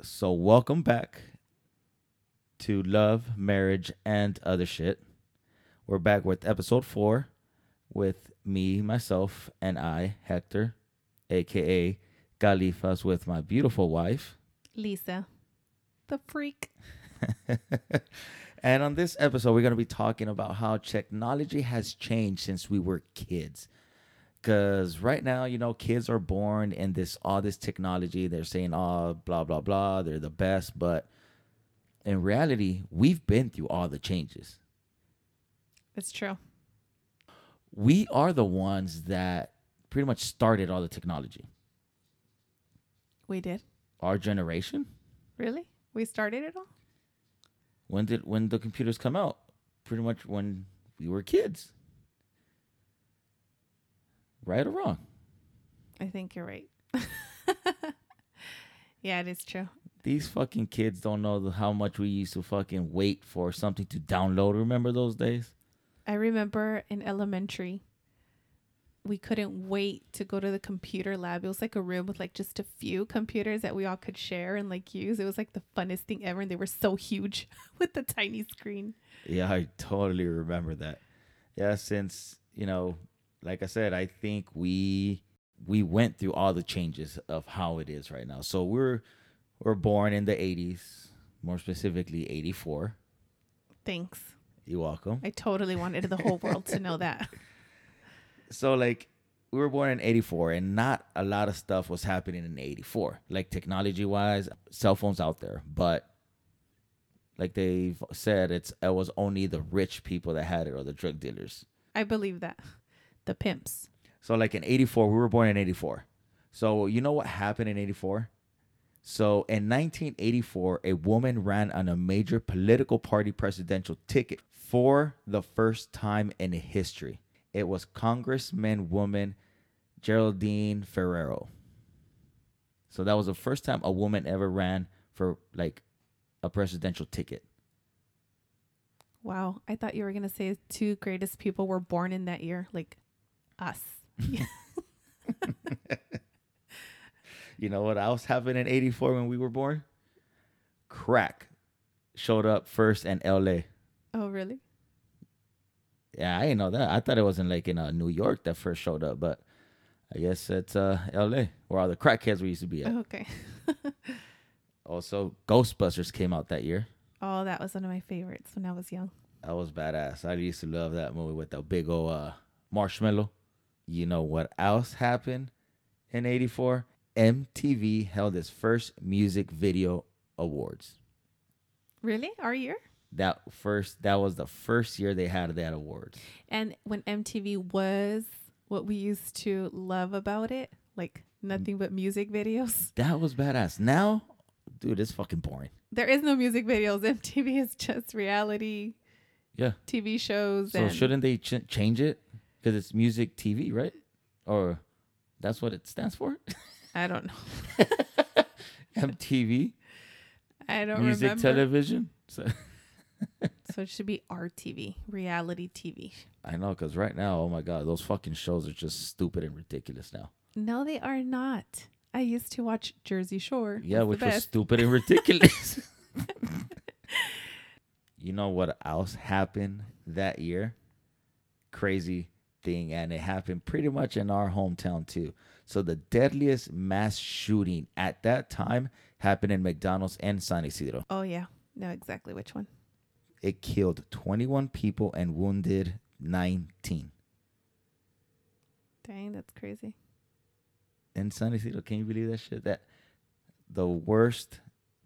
So welcome back to Love, Marriage, and Other Shit. We're back with episode four with me, myself, and I, Hector, aka Galifas, with my beautiful wife. Lisa, the freak. and on this episode, we're going to be talking about how technology has changed since we were kids. Because right now, you know, kids are born in this all this technology. They're saying, oh, blah, blah, blah. They're the best. But in reality, we've been through all the changes. It's true. We are the ones that pretty much started all the technology. We did. Our generation? Really? We started it all? When did when the computers come out? Pretty much when we were kids. Right or wrong? I think you're right. yeah, it is true. These fucking kids don't know the- how much we used to fucking wait for something to download. Remember those days? I remember in elementary, we couldn't wait to go to the computer lab. It was like a room with like just a few computers that we all could share and like use. It was like the funnest thing ever. And they were so huge with the tiny screen. Yeah, I totally remember that. Yeah, since you know, like I said, I think we we went through all the changes of how it is right now. So we're we're born in the '80s, more specifically '84. Thanks. You're welcome. I totally wanted the whole world to know that. So like we were born in 84 and not a lot of stuff was happening in 84 like technology wise cell phones out there but like they've said it's it was only the rich people that had it or the drug dealers I believe that. The pimps. So like in 84, we were born in 84. So you know what happened in 84? So in 1984, a woman ran on a major political party presidential ticket for the first time in history. It was Congressman woman Geraldine Ferraro. So that was the first time a woman ever ran for like a presidential ticket. Wow, I thought you were gonna say his two greatest people were born in that year, like us. You know what else happened in 84 when we were born? Crack showed up first in LA. Oh, really? Yeah, I didn't know that. I thought it was in like in uh, New York that first showed up, but I guess it's uh, L.A. where all the crackheads we used to be at. Oh, Okay. Also, Ghostbusters came out that year. Oh, that was one of my favorites when I was young. That was badass. I used to love that movie with the big old uh, marshmallow. You know what else happened in '84? MTV held its first music video awards. Really? Our year? That first, that was the first year they had that awards. And when MTV was what we used to love about it, like nothing but music videos. That was badass. Now, dude, it's fucking boring. There is no music videos. MTV is just reality Yeah. TV shows. So and shouldn't they ch- change it? Because it's music TV, right? Or that's what it stands for? I don't know. MTV, I don't music remember. television. So so it should be RTV, reality TV. I know, because right now, oh my god, those fucking shows are just stupid and ridiculous now. No, they are not. I used to watch Jersey Shore. Yeah, It's the which was best. stupid and ridiculous. you know what else happened that year? Crazy thing, and it happened pretty much in our hometown too. So the deadliest mass shooting at that time happened in McDonald's and San Isidro. Oh yeah, know exactly which one. It killed 21 people and wounded 19 Dang, that's crazy. in San Isidro. Can you believe that shit? That the worst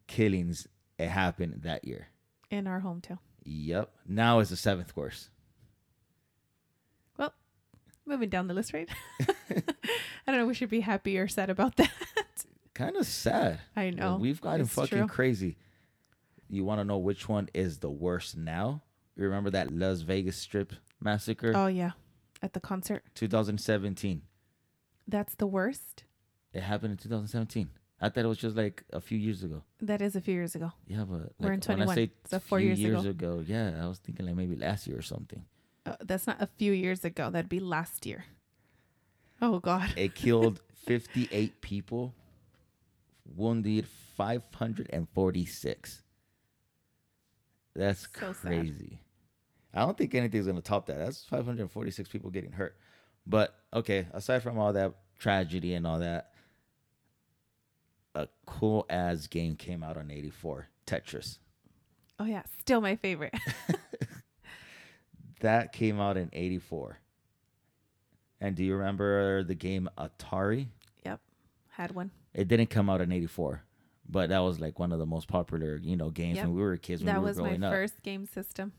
killings it happened that year. In our hometown. Yep. Now it's the seventh worst. Well, moving down the list, right? I don't know. We should be happy or sad about that. kind of sad. I Like, know. We've gotten It's fucking true. crazy. You want to know which one is the worst now? You remember that Las Vegas Strip massacre, Oh yeah, at the concert. 2017. That's the worst. It happened in 2017. I thought it was just like a few years ago. That is a few years ago. Yeah, but We're like, When in I 21, say so four few years ago, yeah, I was thinking like maybe last year or something. Uh, that's not a few years ago. That'd be last year. Oh God. It killed 58 people, wounded 546. That's So sad. crazy. I don't think anything's going to top that. That's 546 people getting hurt. But okay, aside from all that tragedy and all that, a cool ass game came out on 84 Tetris. Oh yeah, still my favorite. That came out in 84. And do you remember the game Atari? yep, had one. It didn't come out in 84, but that was like one of the most popular, you know, games Yep. when we were kids when that we were was my growing up. first game system.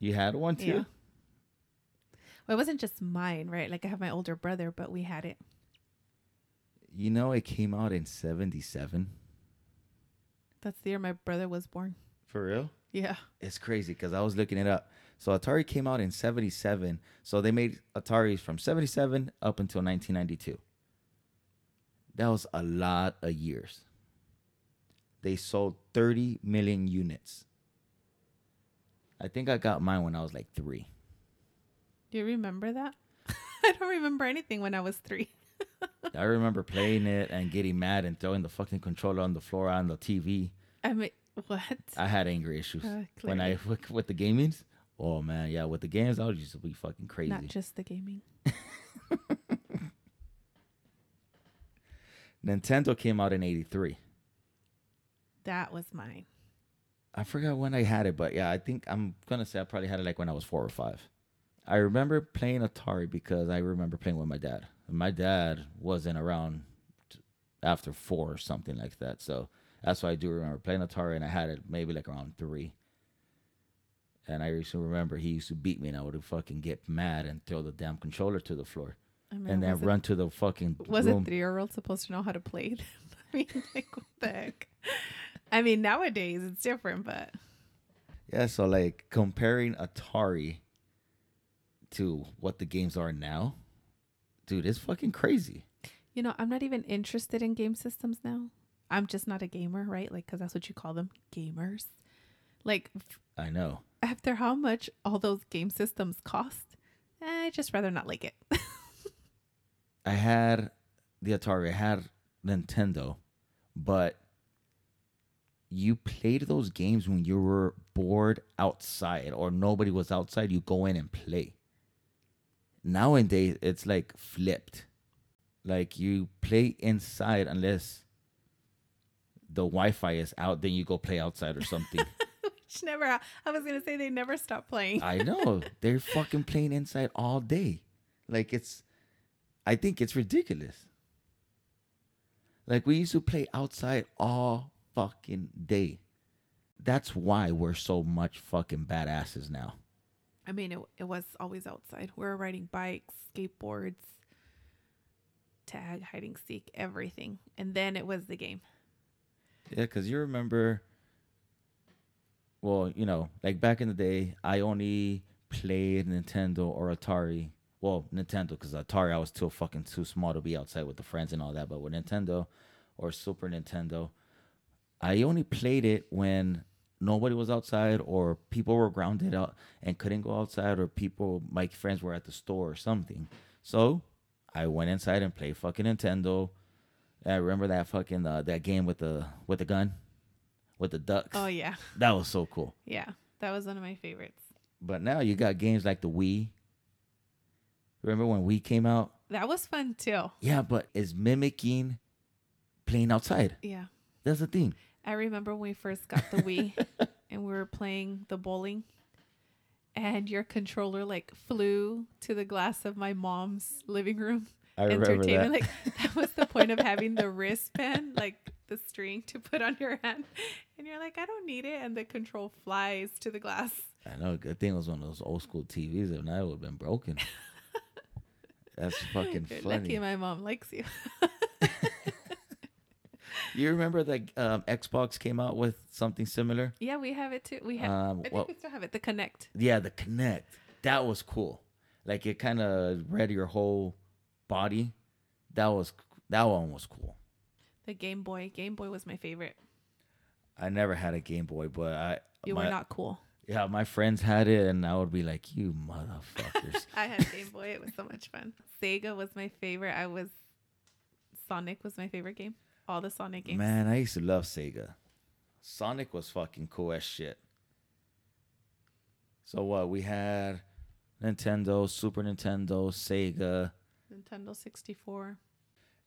You had one too? Yeah. Well, it wasn't just mine, right? Like I have my older brother, but we had it. You know, it came out in 77. That's the year my brother was born. For real? Yeah. It's crazy because I was looking it up. So Atari came out in 77. So they made Ataris from 77 up until 1992. That was a lot of years. They sold 30 million units. I think I got mine when I was like three. Do you remember that? I don't remember anything when I was three. I remember playing it and getting mad and throwing the fucking controller on the floor on the TV. I mean, what? I had anger issues Uh, when I clearly. with the gamings. Oh man, yeah, with the games I would used to be fucking crazy. Not just the gaming. Nintendo came out in '83. That was mine. I forgot when I had it, but yeah, I think I'm gonna say I probably had it like when I was four or five. I remember playing Atari because I remember playing with my dad. And My dad wasn't around t- after four or something like that, so that's why I do remember playing Atari, and I had it maybe like around three. And I used to remember he used to beat me, and I would fucking get mad and throw the damn controller to the floor, I mean, and then was it- run to the fucking Was room. a three-year-old supposed to know how to play? Them? I mean, like what the heck? I mean, nowadays it's different, but Yeah, so like comparing Atari to what the games are now, dude, it's fucking crazy. you know, I'm not even interested in game systems now. I'm just not a gamer, right? Like, because that's what you call them, gamers. Like, f- I know. after how much all those game systems cost, I just rather not like it. I had the Atari, I had Nintendo, but you played those games when you were bored outside or nobody was outside, you go in and play. Nowadays, it's like flipped. Like you play inside unless the Wi Fi is out, then you go play outside or something. Which never. ha- I was gonna say they never stop playing. I know. They're fucking playing inside all day. Like it's I think it's ridiculous. Like we used to play outside all fucking day. That's why we're so much fucking badasses now. I mean, it, it was always outside. We were riding bikes, skateboards, tag, hide and seek, everything. And then it was the game. Yeah, because you remember, well, you know, like back in the day, I only played Nintendo or Atari. Well, Nintendo, because Atari, I was too fucking too small to be outside with the friends and all that. But with Nintendo or Super Nintendo, I only played it when nobody was outside or people were grounded out and couldn't go outside or people, my friends were at the store or something. So I went inside and played fucking Nintendo. I remember that fucking uh, that game with the with the gun, with the ducks. Oh yeah, That was so cool. yeah. That was one of my favorites. But now you got games like the Wii. Remember when Wii came out? That was fun too. Yeah, but it's mimicking playing outside. Yeah, That's the thing. I remember when we first got the Wii, and we were playing the bowling, and your controller like flew to the glass of my mom's living room. I entertainment. Like that was the point of having the wristband, like the string to put on your hand. And you're like, I don't need it. And the control flies to the glass. I know. Good thing it was one of those old school TVs. If not, it would have been broken. That's fucking You're funny. lucky my mom likes you. You remember that um, Xbox came out with something similar? yeah, we have it too. We have Um, I think well- we still have it. The connect. Yeah, the connect. That was cool. Like it kind of read your whole body. That was that one was cool. The Game Boy. Game Boy was my favorite. I never had a Game Boy, but I You my, were not cool. Yeah, my friends had it, and I would be like, "You motherfuckers!" I had Game Boy. It was so much fun. Sega was my favorite. I was Sonic was my favorite game. all the Sonic games. Man, I used to love Sega. Sonic was fucking cool as shit. So what we had Nintendo, Super Nintendo, Sega, Nintendo 64.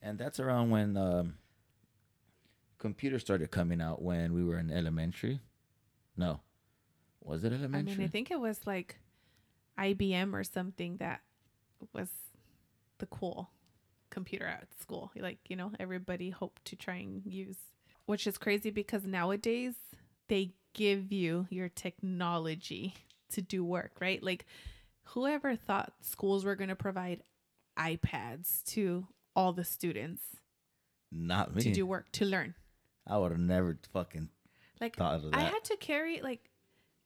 and that's around when um, computers started coming out when we were in elementary. No, was it I elementary? mean, I think it was like IBM or something that was the cool computer at school. Like, you know, everybody hoped to try and use, which is crazy because nowadays they give you your technology to do work, right? Like, whoever thought schools were going to provide iPads to all the students Not me. to do work, to learn. I would have never fucking Like, thought of that. I had to carry like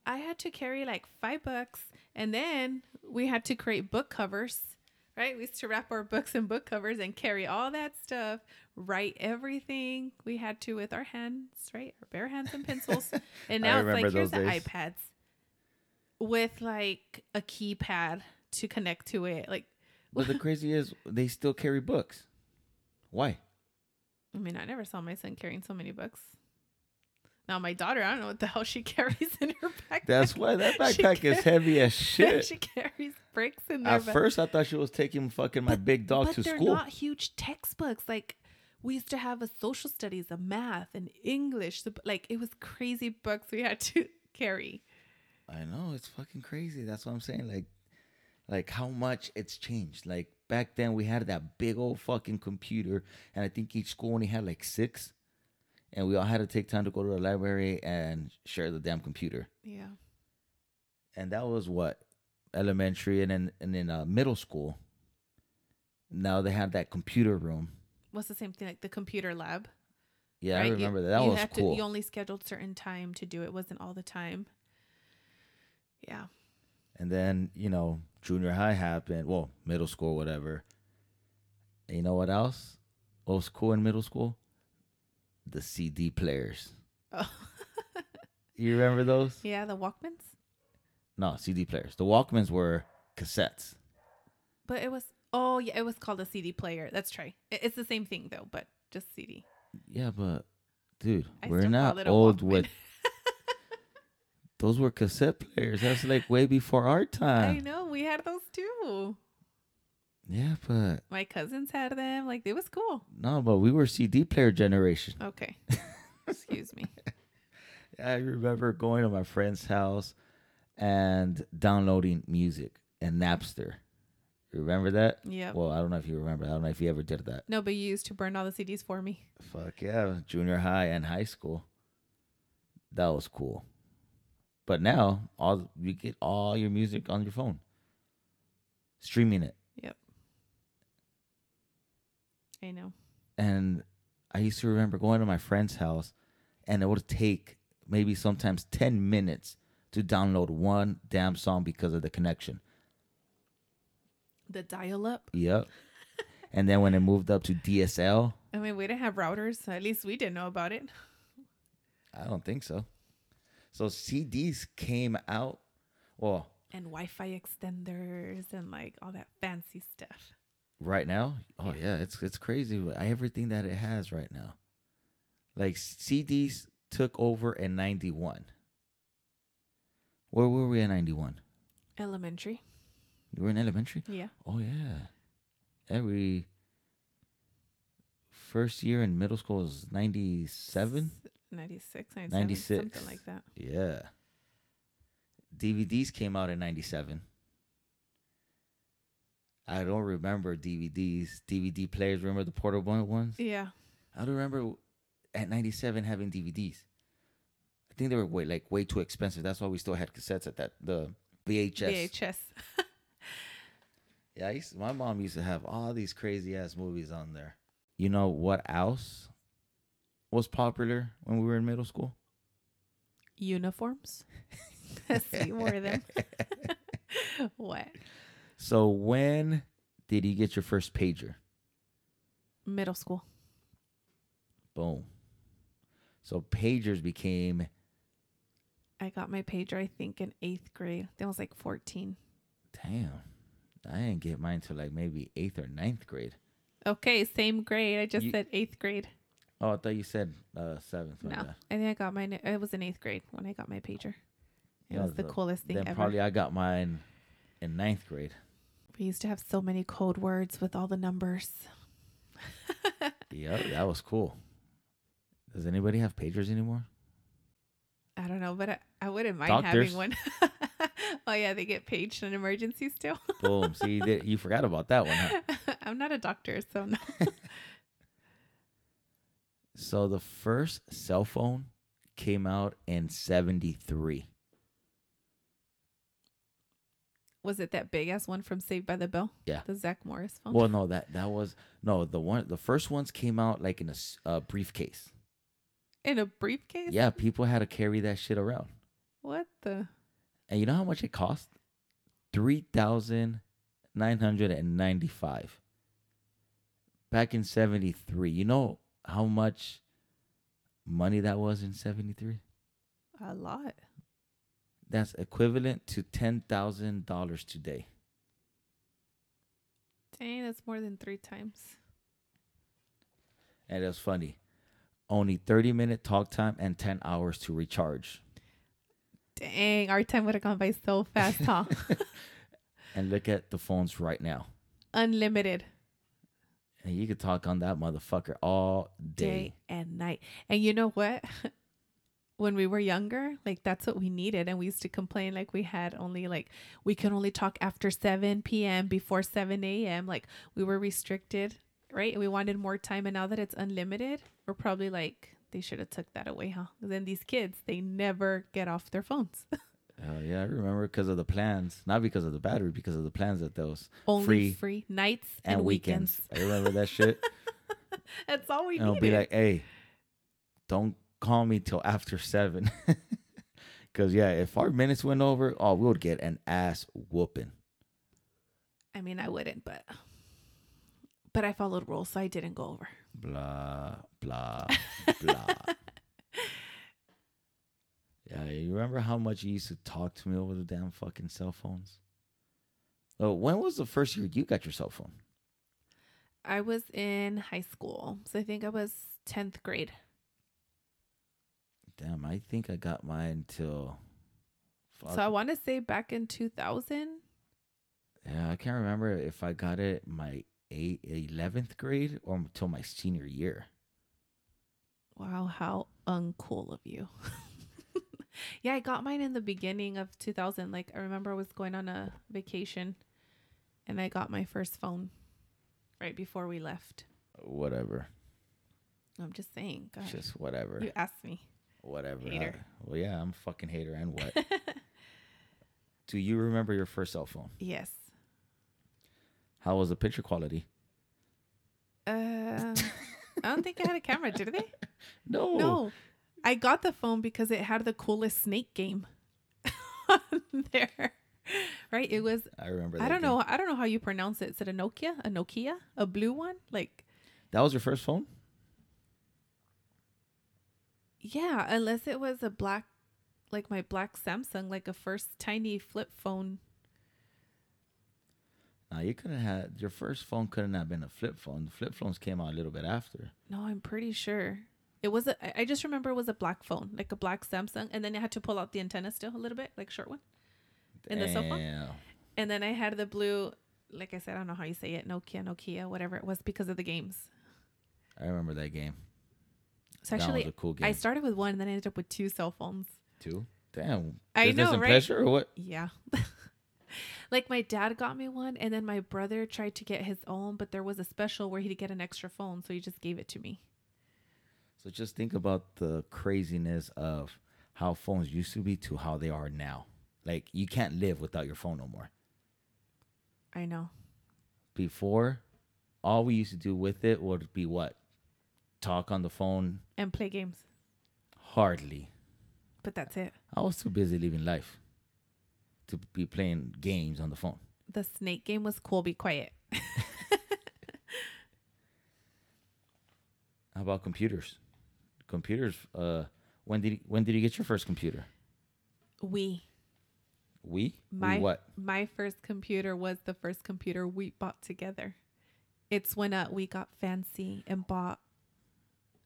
I had to carry like five books and then we had to create book covers. Right? We used to wrap our books in book covers and carry all that stuff, write everything we had to with our hands, right? Our bare hands and pencils. And I now it's remember like here's those the days. iPads with like a keypad to connect to it. Like but the crazy is they still carry books. Why? I mean, I never saw my son carrying so many books. Now my daughter, I don't know what the hell she carries in her backpack. That's why that She backpack is car- heavy as shit. she carries bricks in there. At first, I thought she was taking fucking my big dog but to they're school. not huge textbooks. Like we used to have a social studies, a math, and English. The- Like it was crazy books we had to carry. I know it's fucking crazy. That's what I'm saying. Like, like how much it's changed. Like back then, we had that big old fucking computer, and I think each school only had like six, and we all had to take time to go to the library and share the damn computer. Yeah. And that was what elementary, and then and then uh, middle school. Now they have that computer room. What's the same thing like the computer lab? Yeah, right? I You- remember that. That you was had cool. To, you only scheduled certain time to do it. it. Wasn't all the time. Yeah. And then, you know, junior high happened. Well, middle school, whatever. And you know what else? What was cool in middle school? The CD players. Oh. You remember those? yeah. The Walkmans. No, CD players. The Walkmans were cassettes. But it was. Oh yeah, it was called a CD player. That's right. It- It's the same thing though, but just CD. Yeah, but dude, I we're still call not it a old Walkman. with. those were cassette players. That's like way before our I time. know we had those too. Yeah, but My cousins had them. Like it was cool. no, but we were CD player generation. Okay. Excuse me. I remember going to my friend's house and downloading music and Napster. You Remember that? Yep. Well, I don't know if you remember. I don't know if you ever did that. No, but you used to burn all the CDs for me. Fuck yeah, junior high and high school. That was cool. But now all you get all your music on your phone. Streaming it. I know. And I used to remember going to my friend's house and it would take maybe sometimes 10 minutes to download one damn song because of the connection. The dial up. Yep. and then when it moved up to DSL, I mean, we didn't have routers. so At least we didn't know about it. I don't think so. So CDs came out. Well, And Wi Fi extenders and like all that fancy stuff. right now, oh yeah, it's it's crazy with everything that it has right now. Like CDs took over in '91. Where were we in '91? Elementary. We were in elementary. Yeah. Oh yeah, every first year in middle school is '97. 96, 97, 96. Something like that. Yeah. DVDs came out in 97. I don't remember DVDs. DVD players, remember the portable ones? Yeah. I don't remember at 97 having DVDs. I think they were way, like way too expensive. That's why we still had cassettes at that the VHS. VHS. Yeah, I used my mom used to have all these crazy ass movies on there. You know what else was popular when we were in middle school? Uniforms. See, wore them. what? So when did you get your first pager? Middle school. Boom. So pagers became I got my pager, I think, in eighth grade. That was like 14. damn. I didn't get mine till like maybe eighth or ninth grade. Okay, same grade. I just You- said eighth grade. Oh, I thought you said uh, seventh. No, I think I got mine. It was in eighth grade when I got my pager. It Yeah, was the the- coolest thing Then ever. probably I got mine in ninth grade. We used to have so many code words with all the numbers. Yep, that was cool. Does anybody have pagers anymore? I don't know, but I, I wouldn't mind Doctors. having one. oh yeah, they get paged in emergencies too. Boom. See, you did- you forgot about that one. Huh? I'm not a doctor, so no. So the first cell phone came out in 73. was it that big ass one from Saved by the Bell? Yeah. the Zach Morris phone. Well, no, that that was no, the one the first ones came out like in a s- a briefcase. in a briefcase. Yeah, people had to carry that shit around. What the? And you know how much it cost? 3,995. Back in 73. You know how much money that was in 73? A lot. That's equivalent to $10,000 today. Dang, that's more than three times. And it was funny. Only 30 minute talk time and 10 hours to recharge. Dang, our time would have gone by so fast, huh? And look at the phones right now. Unlimited And you could talk on that motherfucker all day day. and night. And you know what? when we were younger, like that's what we needed. And we used to complain like we had only like we could only talk after 7 p.m. before 7 a.m. Like we were restricted, right? And we wanted more time. And now that it's unlimited, we're probably like they should have took that away, huh? 'Cause Then these kids, they never get off their phones. Hell yeah, I remember because of the plans, not because of the battery, because of the plans that those Only free, Free. nights and, and weekends. I remember that shit. That's all we and I'll needed. be like, hey, don't call me till after seven. Because, yeah, if our minutes went over, oh, we would get an ass whooping. I mean, I wouldn't, but but I followed rules, so I didn't go over. Blah, blah, blah. Yeah, you remember how much you used to talk to me over the damn fucking cell phones? Oh, when was the first year you got your cell phone? I was in high school, so I think I was tenth grade. Damn, I think I got mine till. So I fuck, want to say back in two thousand. Yeah, I can't remember if I got it my eight, 11th grade or until my senior year. Wow, how uncool of you. yeah, I got mine in the beginning of two thousand. Like I remember I was going on a vacation, and I got my first phone right before we left. Whatever. I'm just saying, God, Just whatever. you asked me. Whatever. Hater. I- well, yeah, I'm a fucking hater and what? Do you remember your first cell phone? Yes. How was the picture quality? Uh, I don't think I had a camera, did they? No. No, I got the phone because it had the coolest snake game on there. Right? It was. I remember that. I don't game. know. I don't know how you pronounce it. Is it a Nokia? A Nokia? A blue one? Like, That was your first phone? yeah. Unless it was a black, like my black Samsung, like a first tiny flip phone. No, you couldn't have your first phone couldn't have been a flip phone. The flip phones came out a little bit after. No, I'm pretty sure it was. A, I- I just remember it was a black phone, like a black Samsung, and then I had to pull out the antenna still a little bit, like short one. And the cell phone? Damn. And then I had the blue, like I said, I don't know how you say it, Nokia, Nokia, whatever it was, because of the games. I remember that game. So that actually, was a cool game I started with one, and then I ended up with two cell phones. too. Damn. I Business know, and right? pleasure or what? Yeah. like my dad got me one, and then my brother tried to get his own, but there was a special where he'd get an extra phone, so he just gave it to me. So just think about the craziness of how phones used to be to how they are now. Like you can't live without your phone no more. I know. Before, all we used to do with it would be what? Talk on the phone And play games, hardly. but that's it. I was too busy living life to be playing games on the phone. The snake game was cool. Be quiet. How about computers? Computers uh when did when did you get your first computer? We. We? We My what? my first computer was the first computer we bought together. It's when uh, we got fancy and bought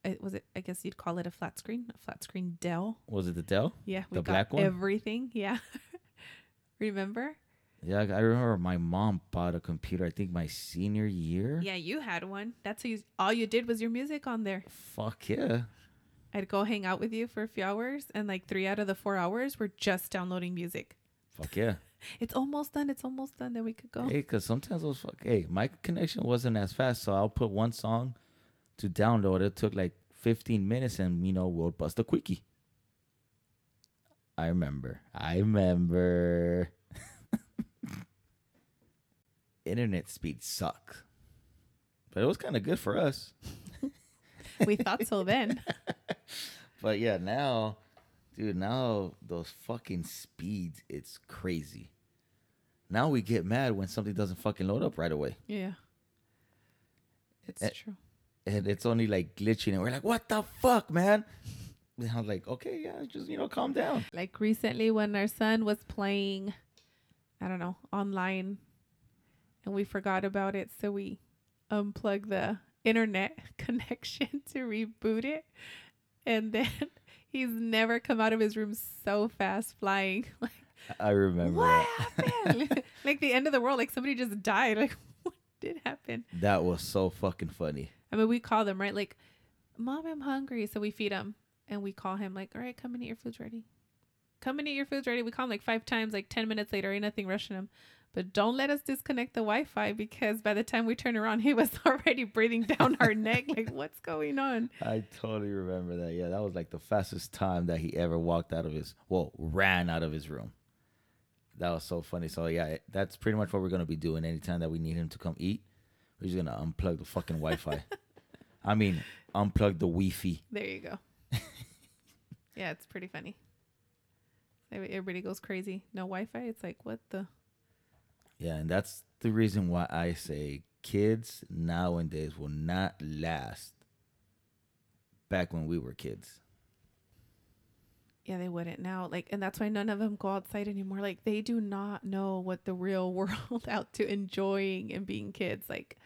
it was it I guess you'd call it a flat screen, a flat screen Dell. Was it the Dell? Yeah, we The got black one? everything. Yeah. Remember? Yeah, I remember my mom bought a computer. I think my senior year. Yeah, you had one. That's how you, all you did was your music on there. Fuck yeah. I'd go hang out with you for a few hours, and like three out of the four hours were just downloading music. Fuck yeah. It's almost done. It's almost done. Then we could go. Hey, because sometimes I was fuck. Hey, my connection wasn't as fast, so I'll put one song to download. It took like 15 minutes, and you know we'll bust a quickie. I remember. I remember. Internet speed sucks, but it was kind of good for us. We thought so then. But yeah, now, dude, now those fucking speeds, it's crazy. Now we get mad when something doesn't fucking load up right away. Yeah. It's Eh. true. and it's only like glitching and we're like what the fuck man and i was like okay yeah just you know calm down Like recently, when our son was playing, I don't know, online, and we forgot about it, so we unplugged the internet connection to reboot it, and then he's never come out of his room so fast, flying. Like, i remember what that. happened? like the end of the world. Like somebody just died. Like what did happen? that was so fucking funny I mean, we call them right. Like, mom, I'm hungry, so we feed him, and we call him like, all right, come and eat your food's ready. Come and eat your food's ready. We call him like five times. Like ten minutes later, ain't nothing rushing him. But don't let us disconnect the Wi-Fi because by the time we turn around, he was already breathing down our neck. Like, what's going on? i totally remember that yeah that was like the fastest time that he ever walked out of his well ran out of his room that was so funny so yeah it- that's pretty much what we're gonna be doing anytime that we need him to come eat we're just gonna unplug the fucking wi-fi i mean unplug the wi-fi There you go. yeah, it's pretty funny. Every- Everybody goes crazy. No Wi-Fi. It's like, what the. Yeah, and that's the reason why I say kids nowadays will not last back when we were kids. Yeah, they wouldn't now. Like, and that's why none of them go outside anymore. Like, they do not know what the real world out to enjoying and being kids. Like,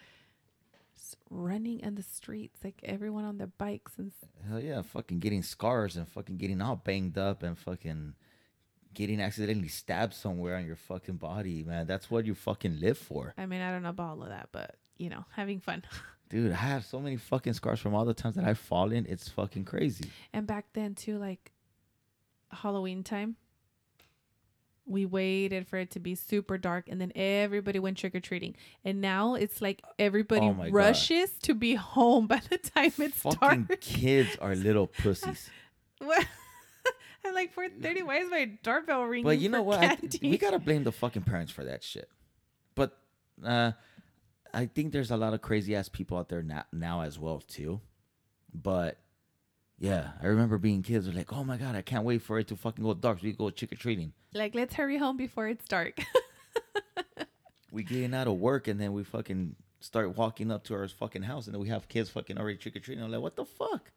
just running in the streets, like everyone on their bikes and s- Hell yeah, fucking getting scars and fucking getting all banged up and fucking getting accidentally stabbed somewhere on your fucking body, man. That's what you fucking live for. I mean, I don't know about all of that, but you know, having fun. Dude, I have so many fucking scars from all the times that I've fallen. It's fucking crazy. And back then too, like Halloween time, we waited for it to be super dark, and then everybody went trick or treating. And now it's like everybody Oh my God. rushes to be home by the time it's fucking dark. kids are little pussies. What? I'm like four thirty. Why is my doorbell ringing? But you know for what? I th- candy? we gotta blame the fucking parents for that shit. But uh, I think there's a lot of crazy ass people out there now, now as well too. But yeah, I remember being kids. We're like, oh my god, I can't wait for it to fucking go dark. So we go trick or treating. like let's hurry home before it's dark. We getting out of work and then we fucking start walking up to our fucking house and then we have kids fucking already trick or treating. I'm like, what the fuck?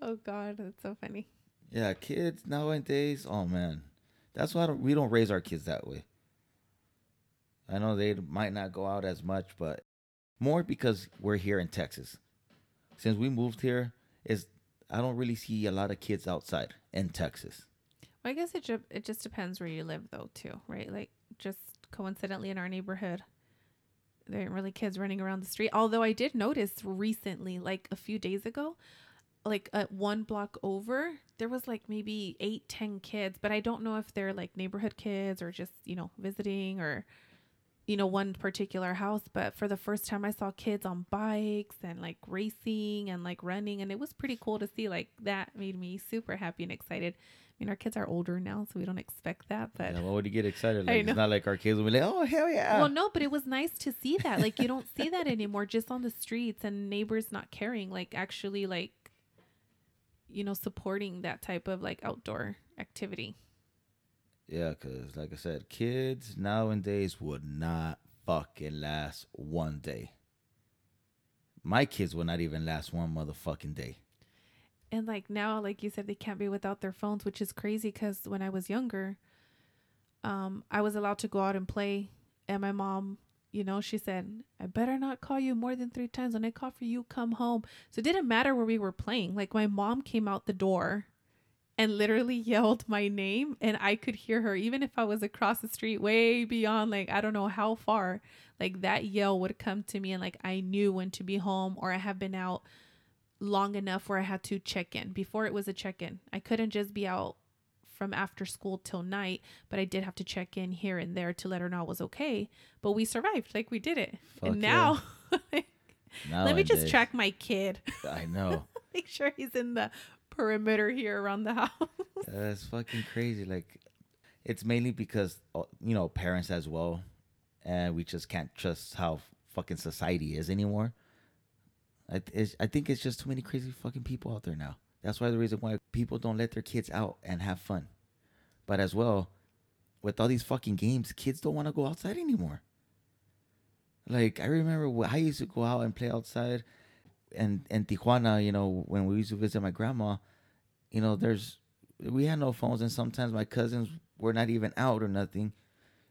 oh God, that's so funny. yeah, kids nowadays. Oh man, that's why I don't, we don't raise our kids that way. I know they might not go out as much, but more because we're here in Texas. Since we moved here, is I don't really see a lot of kids outside in Texas. Well, I guess it ju- it just depends where you live though too, right? Like just coincidentally in our neighborhood, there ain't really kids running around the street. Although I did notice recently, like a few days ago, like at one block over, there was like maybe eight, ten kids, but I don't know if they're like neighborhood kids or just you know visiting or you know one particular house. But for the first time, I saw kids on bikes and like racing and like running, and it was pretty cool to see. Like that made me super happy and excited. I mean, our kids are older now, so we don't expect that, but. Yeah, why would you get excited? I Like, know. it's not like our kids will be like, "Oh hell yeah!" Well, no, but it was nice to see that. Like you don't see that anymore, just on the streets and neighbors not caring. Like actually, like you know, supporting that type of like outdoor activity. Yeah, because like I said, kids nowadays would not fucking last one day. My kids will not even last one motherfucking day. And like now, like you said, they can't be without their phones, which is crazy. Because when I was younger, um, I was allowed to go out and play, and my mom you know, she said, I better not call you more than three times. When I call for you, come home. So it didn't matter where we were playing. Like my mom came out the door and literally yelled my name and I could hear her even if I was across the street way beyond like I don't know how far like that yell would come to me and like I knew when to be home or I have been out long enough where I had to check in before it was a check in I couldn't just be out from after school till night but I did have to check in here and there to let her know I was okay but we survived like we did it Fuck and now Now let me it just is. track my kid I know. make sure he's in the perimeter here around the house That's fucking crazy. Like, it's mainly because uh, you know parents as well, and we just can't trust how fucking society is anymore. I th- it's, I think it's just too many crazy fucking people out there now. That's why the reason why people don't let their kids out and have fun. But as well, with all these fucking games, kids don't want to go outside anymore. Like I remember wh- I used to go out and play outside, and in Tijuana, you know, when we used to visit my grandma, you know, there's we had no phones, and sometimes my cousins were not even out or nothing,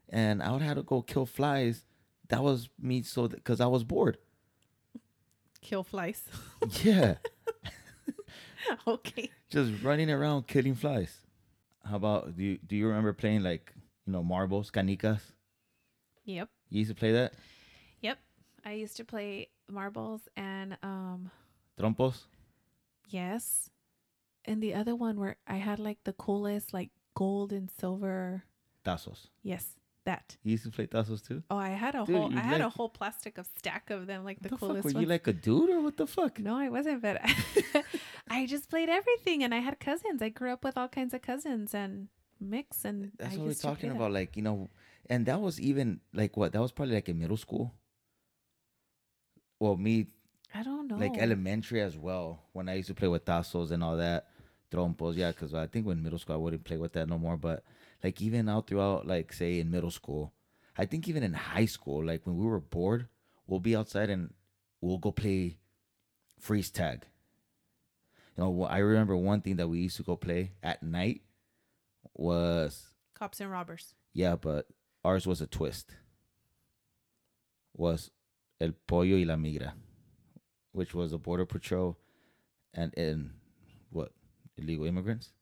and I would have to go kill flies. That was me, so because I was bored. kill flies Yeah, okay just running around killing flies. How about do you, do you remember playing like you know marbles, canicas? Yep. You used to play that Yep. I used to play marbles and um trompos. yes. And the other one where I had like the coolest like gold and silver Tazos. yes, that. You used to play tazos too? Oh, I had a Dude, whole you I had a like- whole plastic of stack of them like the, the fuck coolest were ones. you like a dude or what the fuck? no, I wasn't, but I just played everything and I had cousins. I grew up with all kinds of cousins and mix and That's I what we're used to play talking that. about. Like you know, and that was even like what that was probably like in middle school. Well, me I don't know. like elementary as well. When I used to play with tazos and all that, trompos, yeah, because I think when middle school I wouldn't play with that no more. But like even out throughout, like say in middle school, I think even in high school, like when we were bored, we'll be outside and we'll go play freeze tag. You know, wh- I remember one thing that we used to go play at night was cops and robbers. yeah, but ours was a twist. Was El Pollo y la Migra, which was a border patrol and in what? Illegal immigrants?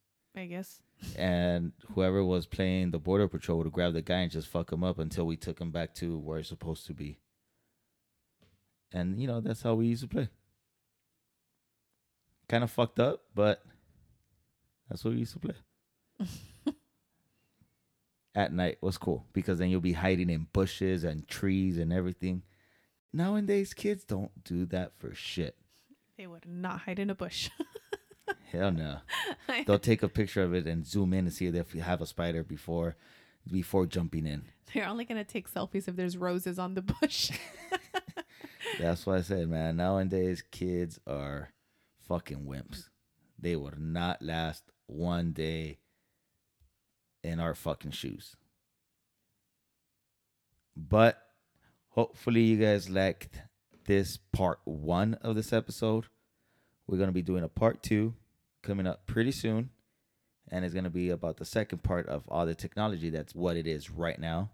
I guess. And whoever was playing the border patrol would grab the guy and just fuck him up until we took him back to where he's supposed to be. And you know, that's how we used to play. Kind of fucked up, but that's what we used to play. At night was cool because then you'll be hiding in bushes and trees and everything. Nowadays, kids don't do that for shit. They would not hide in a bush. Hell no. They'll take a picture of it and zoom in and see if you have a spider before before jumping in. They're only gonna take selfies if there's roses on the bush. That's what I said, man. Nowadays kids are fucking wimps. They will not last one day in our fucking shoes. But hopefully you guys liked this part 1 of this episode. We're going to be doing a part 2 coming up pretty soon and it's going to be about the second part of all the technology that's what it is right now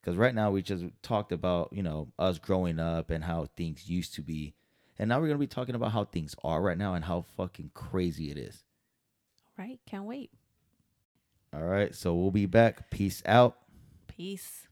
because right now we just talked about you know us growing up and how things used to be and now we're going to be talking about how things are right now and how fucking crazy it is right? Can't wait. all right so we'll be back peace out Peace.